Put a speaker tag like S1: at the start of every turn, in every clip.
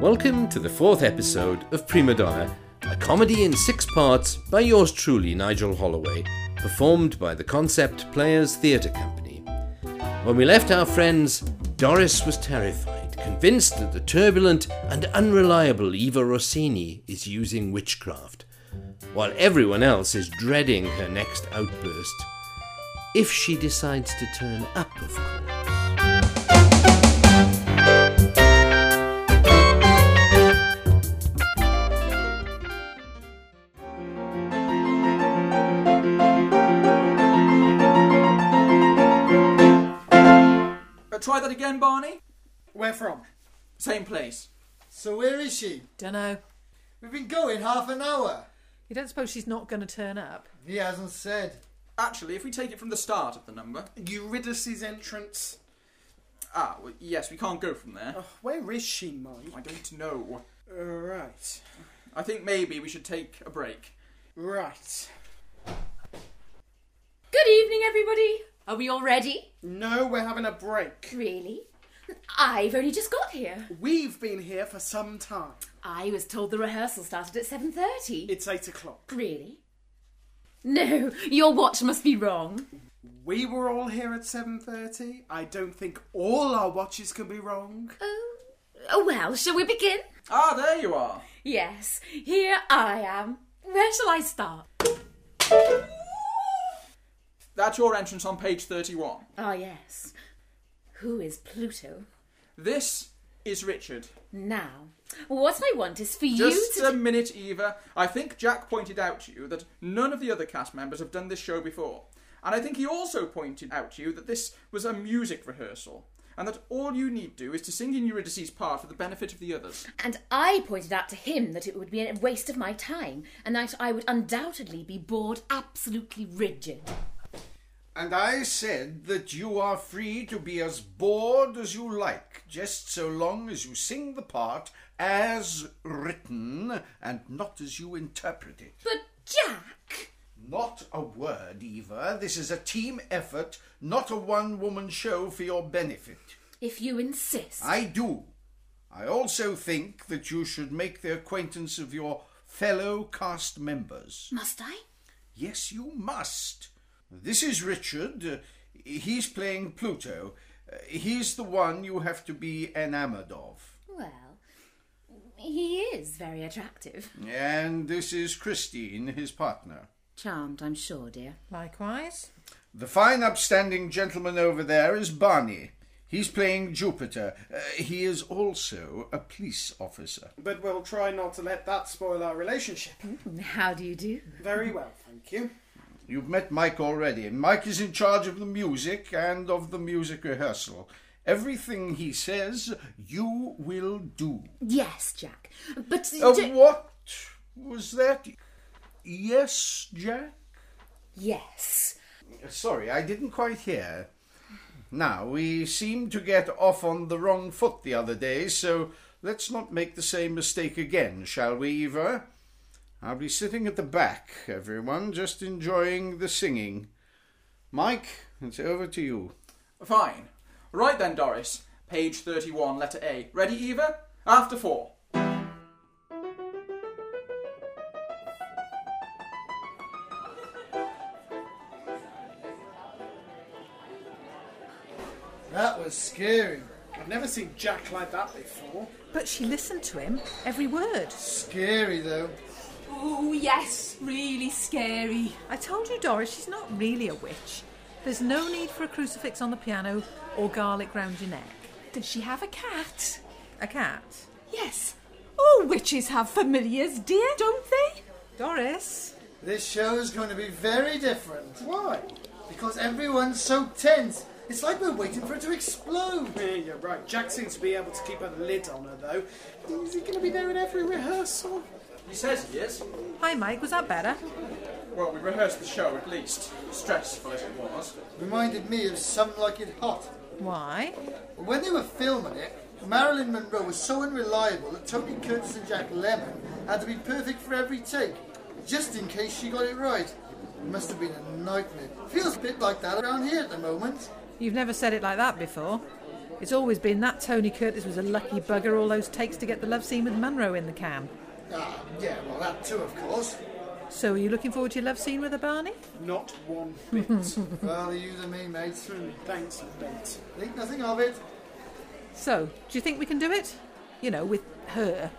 S1: Welcome to the fourth episode of Prima Donna, a comedy in six parts by yours truly, Nigel Holloway, performed by the Concept Players Theatre Company. When we left our friends, Doris was terrified, convinced that the turbulent and unreliable Eva Rossini is using witchcraft, while everyone else is dreading her next outburst. If she decides to turn up, of course.
S2: Uh, try that again, Barney.
S3: Where from?
S2: Same place.
S3: So where is she?
S4: Dunno.
S3: We've been going half an hour.
S4: You don't suppose she's not going to turn up?
S3: He hasn't said.
S2: Actually, if we take it from the start of the number.
S5: Eurydice's entrance.
S2: Ah, well, yes, we can't go from there.
S5: Oh, where is she, Mike?
S2: I don't know.
S5: Right.
S2: I think maybe we should take a break.
S5: Right.
S6: Good evening, everybody. Are we all ready?
S5: No, we're having a break.
S6: Really? I've only just got here.
S5: We've been here for some time.
S6: I was told the rehearsal started at 7.30.
S5: It's eight o'clock.
S6: Really? No, your watch must be wrong.
S5: We were all here at 7.30. I don't think all our watches can be wrong.
S6: Oh, oh well, shall we begin?
S2: Ah, there you are.
S6: Yes, here I am. Where shall I start?
S2: That's your entrance on page 31.
S6: Ah, yes. Who is Pluto?
S2: This is Richard.
S6: Now, what I want is for you
S2: Just
S6: to...
S2: a minute, Eva. I think Jack pointed out to you that none of the other cast members have done this show before. And I think he also pointed out to you that this was a music rehearsal. And that all you need do is to sing in Eurydice's part for the benefit of the others.
S6: And I pointed out to him that it would be a waste of my time, and that I would undoubtedly be bored absolutely rigid.
S7: And I said that you are free to be as bored as you like, just so long as you sing the part as written and not as you interpret it.
S6: But Jack!
S7: Not a word, Eva. This is a team effort, not a one woman show for your benefit.
S6: If you insist.
S7: I do. I also think that you should make the acquaintance of your fellow cast members.
S6: Must I?
S7: Yes, you must. This is Richard. Uh, he's playing Pluto. Uh, he's the one you have to be enamored of.
S6: Well, he is very attractive.
S7: And this is Christine, his partner.
S6: Charmed, I'm sure, dear.
S4: Likewise.
S7: The fine, upstanding gentleman over there is Barney. He's playing Jupiter. Uh, he is also a police officer.
S5: But we'll try not to let that spoil our relationship.
S6: How do you do?
S5: Very well, thank you.
S7: You've met Mike already. Mike is in charge of the music and of the music rehearsal. Everything he says, you will do.
S6: Yes, Jack. But.
S7: Uh,
S6: d-
S7: what was that? Yes, Jack?
S6: yes.
S7: Sorry, I didn't quite hear. Now, we seemed to get off on the wrong foot the other day, so let's not make the same mistake again, shall we, Eva? I'll be sitting at the back, everyone, just enjoying the singing. Mike, it's over to you.
S2: Fine. Right then, Doris. Page 31, letter A. Ready, Eva? After four.
S5: That was scary. I've never seen Jack like that before.
S4: But she listened to him, every word.
S5: Scary, though.
S8: Oh, yes, really scary.
S4: I told you, Doris, she's not really a witch. There's no need for a crucifix on the piano or garlic round your neck.
S8: Did she have a cat?
S4: A cat.
S8: Yes. All witches have familiars, dear, don't they?
S4: Doris.
S3: This show is going to be very different
S5: Why?
S3: because everyone's so tense. It's like we're waiting for it to explode.
S5: Yeah, you're right. Jack seems to be able to keep a lid on her, though. Is he going to be there at every rehearsal?
S2: He says he is.
S4: Hi, Mike, was that better?
S2: Well, we rehearsed the show at least. Stressful as it was.
S3: Reminded me of Some Like It Hot.
S4: Why?
S3: When they were filming it, Marilyn Monroe was so unreliable that Tony Curtis and Jack Lemmon had to be perfect for every take, just in case she got it right. It must have been a nightmare. Feels a bit like that around here at the moment.
S4: You've never said it like that before. It's always been that Tony Curtis was a lucky bugger all those takes to get the love scene with Munro in the can.
S3: Ah, yeah, well, that too, of course.
S4: So are you looking forward to your love scene with her, Barney?
S5: Not one bit.
S3: Rather you than me, mate.
S5: Thanks, mate.
S3: Think nothing of it.
S4: So, do you think we can do it? You know, with her.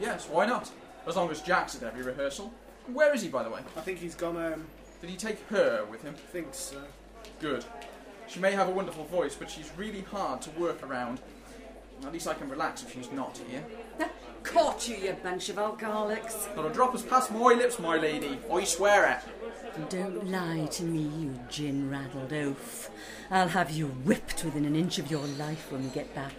S2: Yes, why not? As long as Jack's at every rehearsal. Where is he, by the way?
S5: I think he's gone um
S2: Did he take her with him?
S5: thinks so.
S2: Good. She may have a wonderful voice, but she's really hard to work around. At least I can relax if she's not here.
S9: Caught you, you bunch of alcoholics.
S2: Not a drop has passed my lips, my lady. I swear it.
S9: Don't lie to me, you gin raddled oaf. I'll have you whipped within an inch of your life when we get back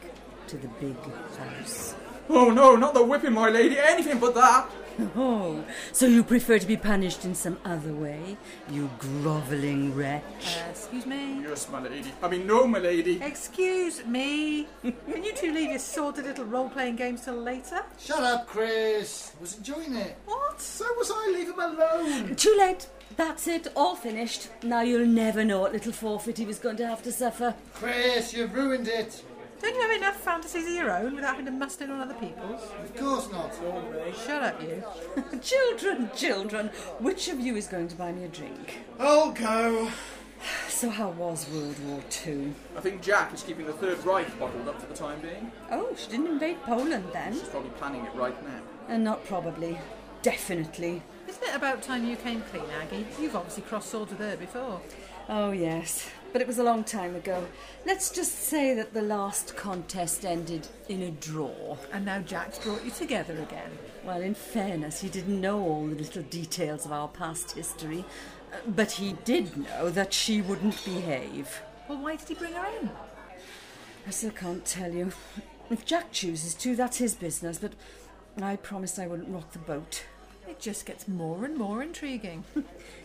S9: to the big house.
S2: Oh no, not the whipping, my lady. Anything but that.
S9: Oh, so you prefer to be punished in some other way, you grovelling wretch?
S4: Uh, excuse me.
S2: Yes, my lady. I mean, no, my lady.
S4: Excuse me. Can you two leave your sordid little role playing games till later?
S3: Shut up, Chris. Was enjoying it.
S4: What?
S5: So was I, leave him alone.
S9: Too late. That's it, all finished. Now you'll never know what little forfeit he was going to have to suffer.
S3: Chris, you've ruined it.
S4: Don't you have enough fantasies of your own without having to must in on other people's?
S3: Of course not.
S4: Shut up, you.
S9: Children, children, which of you is going to buy me a drink?
S7: Oh,
S5: I'll go.
S9: So, how was World War Two?
S2: I think Jack is keeping the Third Reich bottled up for the time being.
S9: Oh, she didn't invade Poland then?
S2: She's probably planning it right now.
S9: And not probably, definitely.
S4: Isn't it about time you came clean, Aggie? You've obviously crossed swords with her before.
S9: Oh, yes, but it was a long time ago. Let's just say that the last contest ended in a draw.
S4: And now Jack's brought you together again.
S9: Well, in fairness, he didn't know all the little details of our past history, uh, but he did know that she wouldn't behave.
S4: Well, why did he bring her in?
S9: I still can't tell you. If Jack chooses to, that's his business, but I promised I wouldn't rock the boat.
S4: It just gets more and more intriguing.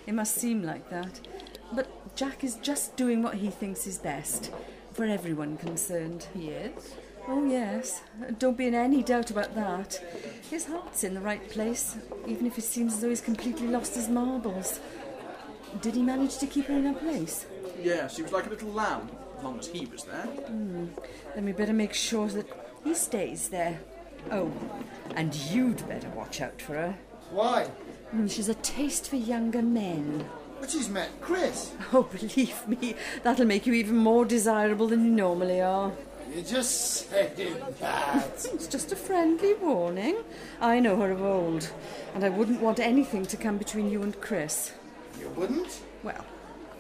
S9: It must seem like that. But Jack is just doing what he thinks is best for everyone concerned.
S4: He is.
S9: Oh, yes. Don't be in any doubt about that. His heart's in the right place, even if it seems as though he's completely lost his marbles. Did he manage to keep her in her place?
S2: Yeah, she was like a little lamb, as long as he was there.
S9: Then we better make sure that he stays there. Oh, and you'd better watch out for her.
S3: Why?
S9: Mm, She's a taste for younger men.
S3: But she's met Chris.
S9: Oh, believe me, that'll make you even more desirable than you normally are.
S3: You just said it that.
S9: It's just a friendly warning. I know her of old, and I wouldn't want anything to come between you and Chris.
S3: you wouldn't?
S9: Well,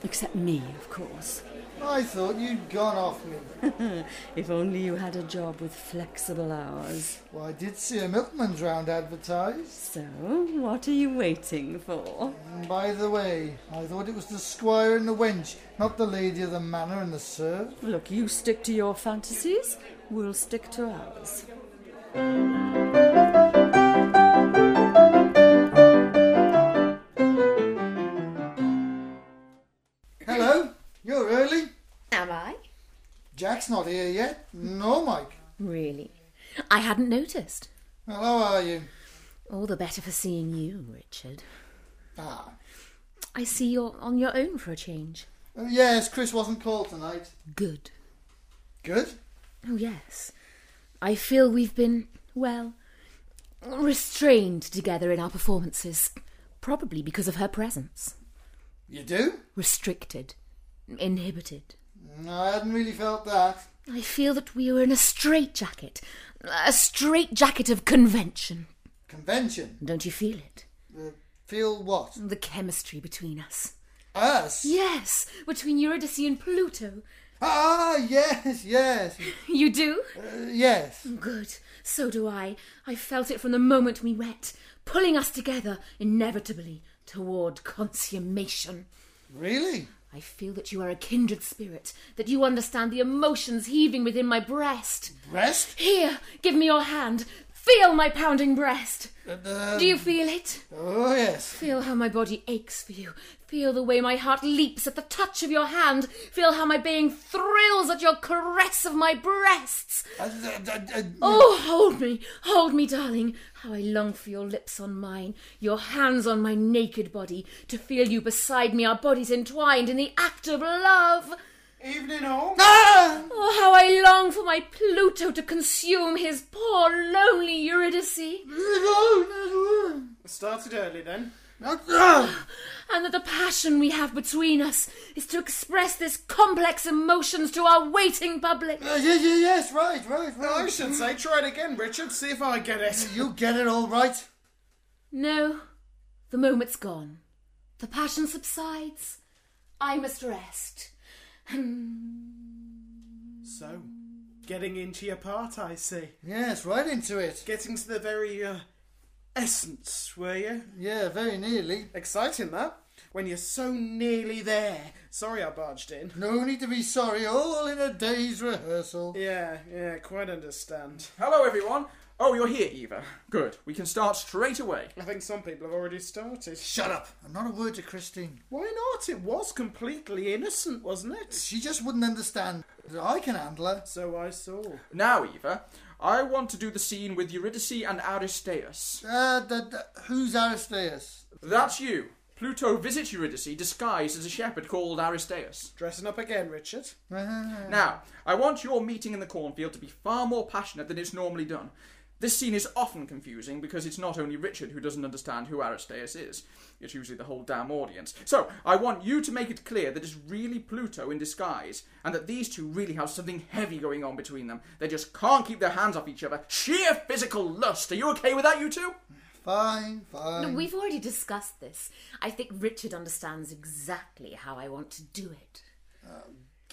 S9: except me, of course.
S3: I thought you'd gone off me.
S9: If only you had a job with flexible hours.
S3: Well, I did see a milkman's round advertised.
S9: So, what are you waiting for?
S3: And by the way, I thought it was the squire and the wench, not the lady of the manor and the serf.
S9: Look, you stick to your fantasies, we'll stick to ours.
S3: Hello, you're early.
S6: Am I?
S3: Jack's not here yet. No, Mike.
S6: Really? I hadn't noticed.
S3: Well, how are you?
S6: All the better for seeing you, Richard.
S3: Ah.
S6: I see you're on your own for a change.
S3: Oh, yes, Chris wasn't called tonight.
S6: Good.
S3: Good?
S6: Oh, yes. I feel we've been, well, restrained together in our performances. Probably because of her presence.
S3: You do?
S6: Restricted. Inhibited.
S3: No, I hadn't really felt that.
S6: I feel that we are in a straitjacket. A straitjacket of convention.
S3: Convention.
S6: Don't you feel it?
S3: Uh, feel what?
S6: The chemistry between us.
S3: Us?
S6: Yes, between Eurydice and Pluto.
S3: Ah, yes, yes,
S6: You do?
S3: uh, yes.
S6: Good. So do I. I felt it from the moment we met, pulling us together inevitably toward consummation.
S3: Really?
S6: I feel that you are a kindred spirit, that you understand the emotions heaving within my breast.
S3: Breast?
S6: Here, give me your hand. Feel my pounding breast.
S3: Uh,
S6: Do you feel it?
S3: oh, yes.
S6: Feel how my body aches for you. Feel the way my heart leaps at the touch of your hand. Feel how my being thrills at your caress of my breasts.
S3: Uh, uh, uh, uh,
S6: Oh, hold me, hold me, darling. How I long for your lips on mine, your hands on my naked body, to feel you beside me, our bodies entwined in the act of love.
S5: Evening all.
S3: Ah!
S6: Oh, how I long my Pluto to consume his poor lonely Eurydice,
S5: Started early then.
S6: and that the passion we have between us is to express this complex emotions to our waiting public.
S3: Uh, yeah, yeah, yes, right, right,
S5: I
S3: right.
S5: should say, try it again, Richard. See if I get it.
S3: You get it all right.
S6: No, the moment's gone. The passion subsides. I must rest.
S5: So, getting into your part, I see.
S3: Yes, right into it.
S5: Getting to the very uh, essence, were you?
S3: Yeah, very nearly.
S5: Exciting that. When you're so nearly there. Sorry, I barged in.
S3: No need to be sorry, all in a day's rehearsal.
S5: Yeah, yeah, quite understand.
S2: Hello, everyone. Oh, you're here, Eva. Good. We can start straight away.
S5: I think some people have already started.
S3: Shut up. And not a word to Christine.
S5: Why not? It was completely innocent, wasn't it?
S3: She just wouldn't understand. I can handle her.
S5: So I saw.
S2: Now, Eva, I want to do the scene with Eurydice and Aristaeus.
S3: Uh, the, the, who's Aristaeus?
S2: That's you. Pluto visits Eurydice disguised as a shepherd called Aristaeus.
S5: Dressing up again, Richard.
S2: Now, I want your meeting in the cornfield to be far more passionate than it's normally done. This scene is often confusing because it's not only Richard who doesn't understand who Aristaeus is, it's usually the whole damn audience. So, I want you to make it clear that it's really Pluto in disguise, and that these two really have something heavy going on between them. They just can't keep their hands off each other. Sheer physical lust. Are you okay with that, you two?
S3: Fine, fine.
S6: We've already discussed this. I think Richard understands exactly how I want to do it.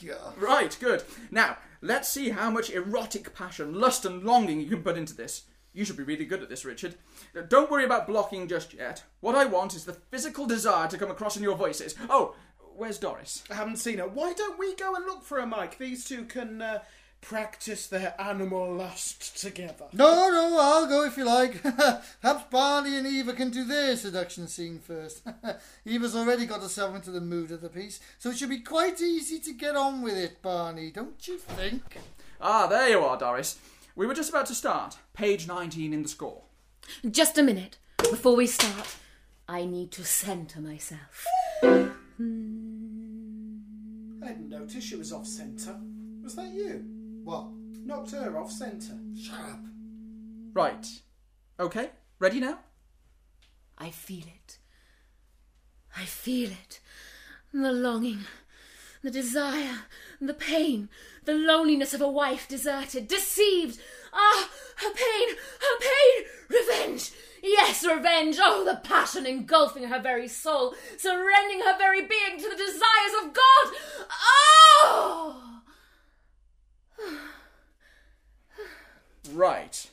S3: Yeah.
S2: Right, good. Now, let's see how much erotic passion, lust, and longing you can put into this. You should be really good at this, Richard. Uh, Don't worry about blocking just yet. What I want is the physical desire to come across in your voices. Oh, where's Doris?
S5: I haven't seen her. Why don't we go and look for her, Mike? These two can uh, practice their animal lust together.
S3: No, no, I'll go if you like. Perhaps Barney and Eva can do their seduction scene first. Eva's already got herself into the mood of the piece, so it should be quite easy to get on with it, Barney, don't you think?
S2: Ah, there you are, Doris. We were just about to start. Page 19 in the score.
S6: Just a minute. Before we start, I need to centre myself.
S5: I didn't notice she was off centre. Was that you?
S3: What?
S5: Knocked her off centre.
S3: Shut up.
S2: Right. Okay, ready now?
S6: I feel it. I feel it. The longing, the desire, the pain, the loneliness of a wife deserted, deceived. Ah, her pain, her pain! Revenge! Yes, revenge! Oh, the passion engulfing her very soul, surrendering her very being to the desires of God! Oh!
S2: Right.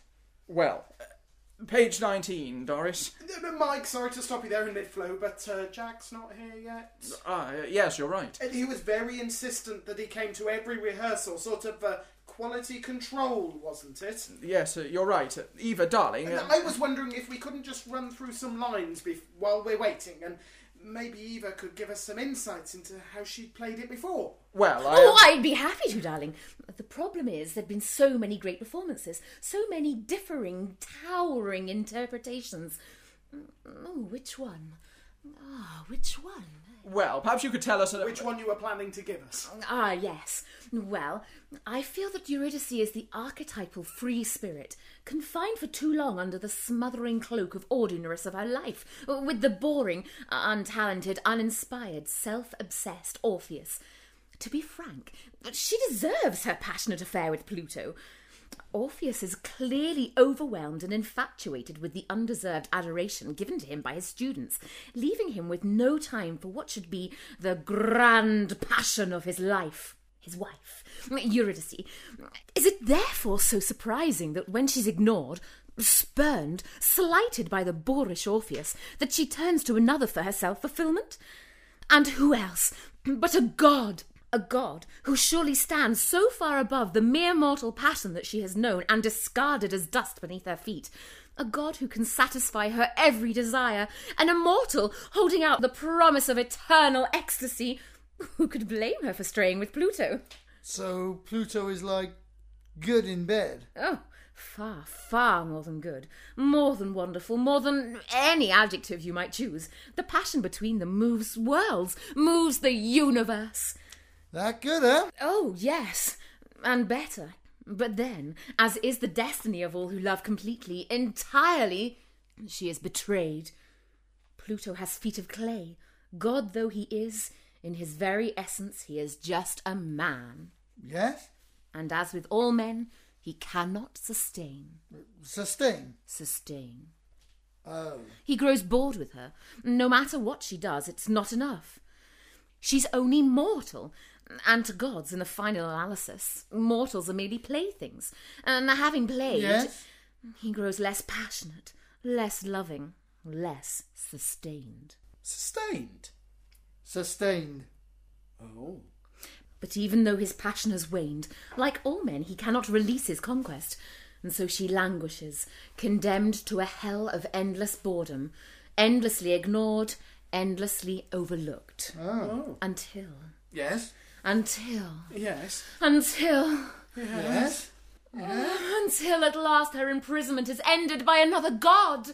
S2: Well, uh, page 19, Doris.
S5: Uh, Mike, sorry to stop you there in mid flow, but uh, Jack's not here yet.
S2: Ah, uh, yes, you're right.
S5: And he was very insistent that he came to every rehearsal, sort of uh, quality control, wasn't it?
S2: Yes, uh, you're right. Uh, Eva, darling.
S5: And
S2: uh,
S5: I was wondering if we couldn't just run through some lines bef- while we're waiting, and maybe Eva could give us some insights into how she'd played it before.
S2: well, I. uh,
S6: Oh, I'd be happy to, darling. The problem is there've been so many great performances, so many differing, towering interpretations. Mm, Oh, which one? Ah, which one?
S2: Well, perhaps you could tell us. uh,
S5: Which one you were planning to give us?
S6: Ah, yes. Well, I feel that Eurydice is the archetypal free spirit, confined for too long under the smothering cloak of ordinariness of her life, with the boring, untalented, uninspired, self obsessed Orpheus. To be frank, she deserves her passionate affair with Pluto. Orpheus is clearly overwhelmed and infatuated with the undeserved adoration given to him by his students, leaving him with no time for what should be the grand passion of his life. His wife, Eurydice. Is it therefore so surprising that when she's ignored, spurned, slighted by the boorish Orpheus, that she turns to another for her self fulfillment? And who else but a god? A god who surely stands so far above the mere mortal passion that she has known and discarded as dust beneath her feet. A god who can satisfy her every desire. An immortal holding out the promise of eternal ecstasy. Who could blame her for straying with Pluto?
S3: So Pluto is like good in bed.
S6: Oh, far, far more than good, more than wonderful, more than any adjective you might choose. The passion between them moves worlds, moves the universe.
S3: That good, huh?
S6: Oh, yes, and better. But then, as is the destiny of all who love completely, entirely, she is betrayed. Pluto has feet of clay. God though he is, in his very essence he is just a man.
S3: Yes?
S6: And as with all men, he cannot sustain.
S3: Sustain.
S6: Sustain.
S3: Oh.
S6: He grows bored with her. No matter what she does, it's not enough. She's only mortal, and to gods in the final analysis, mortals are merely playthings. And having played,
S3: Yes?
S6: he grows less passionate, less loving, less sustained.
S3: Sustained. Sustained.
S7: Oh.
S6: But even though his passion has waned, like all men, he cannot release his conquest. And so she languishes, condemned to a hell of endless boredom, endlessly ignored, endlessly overlooked.
S3: Oh.
S6: Until,
S3: Yes?
S6: until,
S5: Yes.
S6: until,
S3: Yes?
S6: until at last her imprisonment is ended by another god!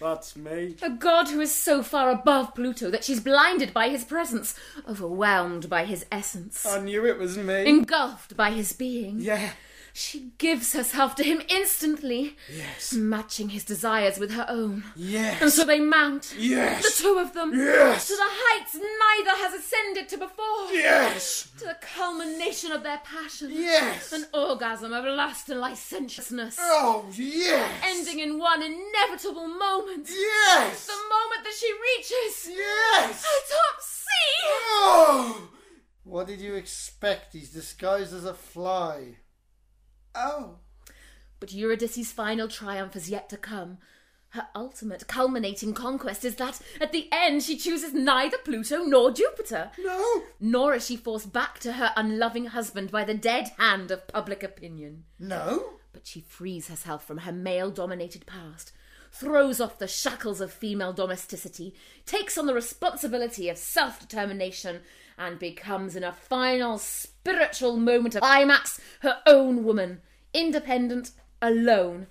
S5: That's me.
S6: A god who is so far above Pluto that she's blinded by his presence, overwhelmed by his essence,
S5: I knew it was me.
S6: engulfed by his being.
S5: yeah.
S6: She gives herself to him instantly,
S5: Yes.
S6: matching his desires with her own. And
S5: Yes.
S6: so they mount, the
S5: Yes.
S6: two of them,
S5: Yes.
S6: to the heights neither has ascended to before,
S5: Yes.
S6: to the culmination of their passion,
S5: Yes.
S6: an orgasm of lust and licentiousness,
S5: Oh yes.
S6: ending in one inevitable moment,
S5: Yes.
S6: the moment that she reaches
S5: Yes.
S6: the top sea.
S5: Oh.
S3: What did you expect? He's disguised as a fly.
S5: Oh.
S6: But Eurydice's final triumph is yet to come. Her ultimate culminating conquest is that, at the end, she chooses neither Pluto nor Jupiter,
S5: No.
S6: nor is she forced back to her unloving husband by the dead hand of public opinion.
S3: No?
S6: But she frees herself from her male dominated past, throws off the shackles of female domesticity, takes on the responsibility of self determination, and becomes, in a final spiritual moment of climax, her own woman, independent, alone,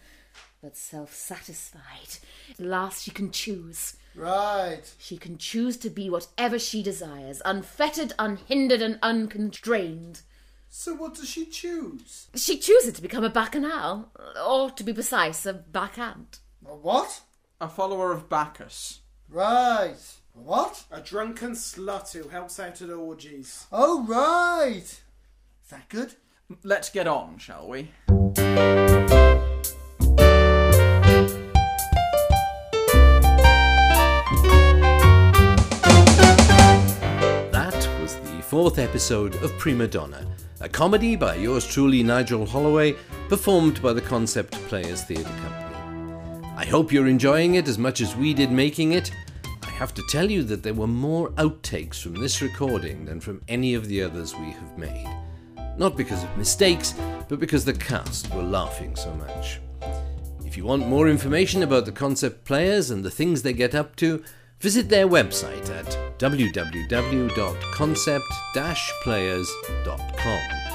S6: but self satisfied. At last, she can choose.
S3: Right.
S6: She can choose to be whatever she desires, unfettered, unhindered, and unconstrained.
S5: So what does she choose?
S6: She chooses to become a bacchanal, or to be precise, a bacchant.
S3: A what?
S2: A follower of Bacchus.
S3: Right. A What?
S5: A drunken slut who helps out at orgies.
S3: Oh, right. Is that good?
S2: Let's get on, shall we?
S1: That was the fourth episode of Prima Donna, a comedy by yours truly Nigel Holloway, performed by the Concept Players Theatre Company. I hope you're enjoying it as much as we did making it. I have to tell you that there were more outtakes from this recording than from any of the others we have made. Not because of mistakes, but because the cast were laughing so much. If you want more information about the concept players and the things they get up to, visit their website at www.concept-players.com.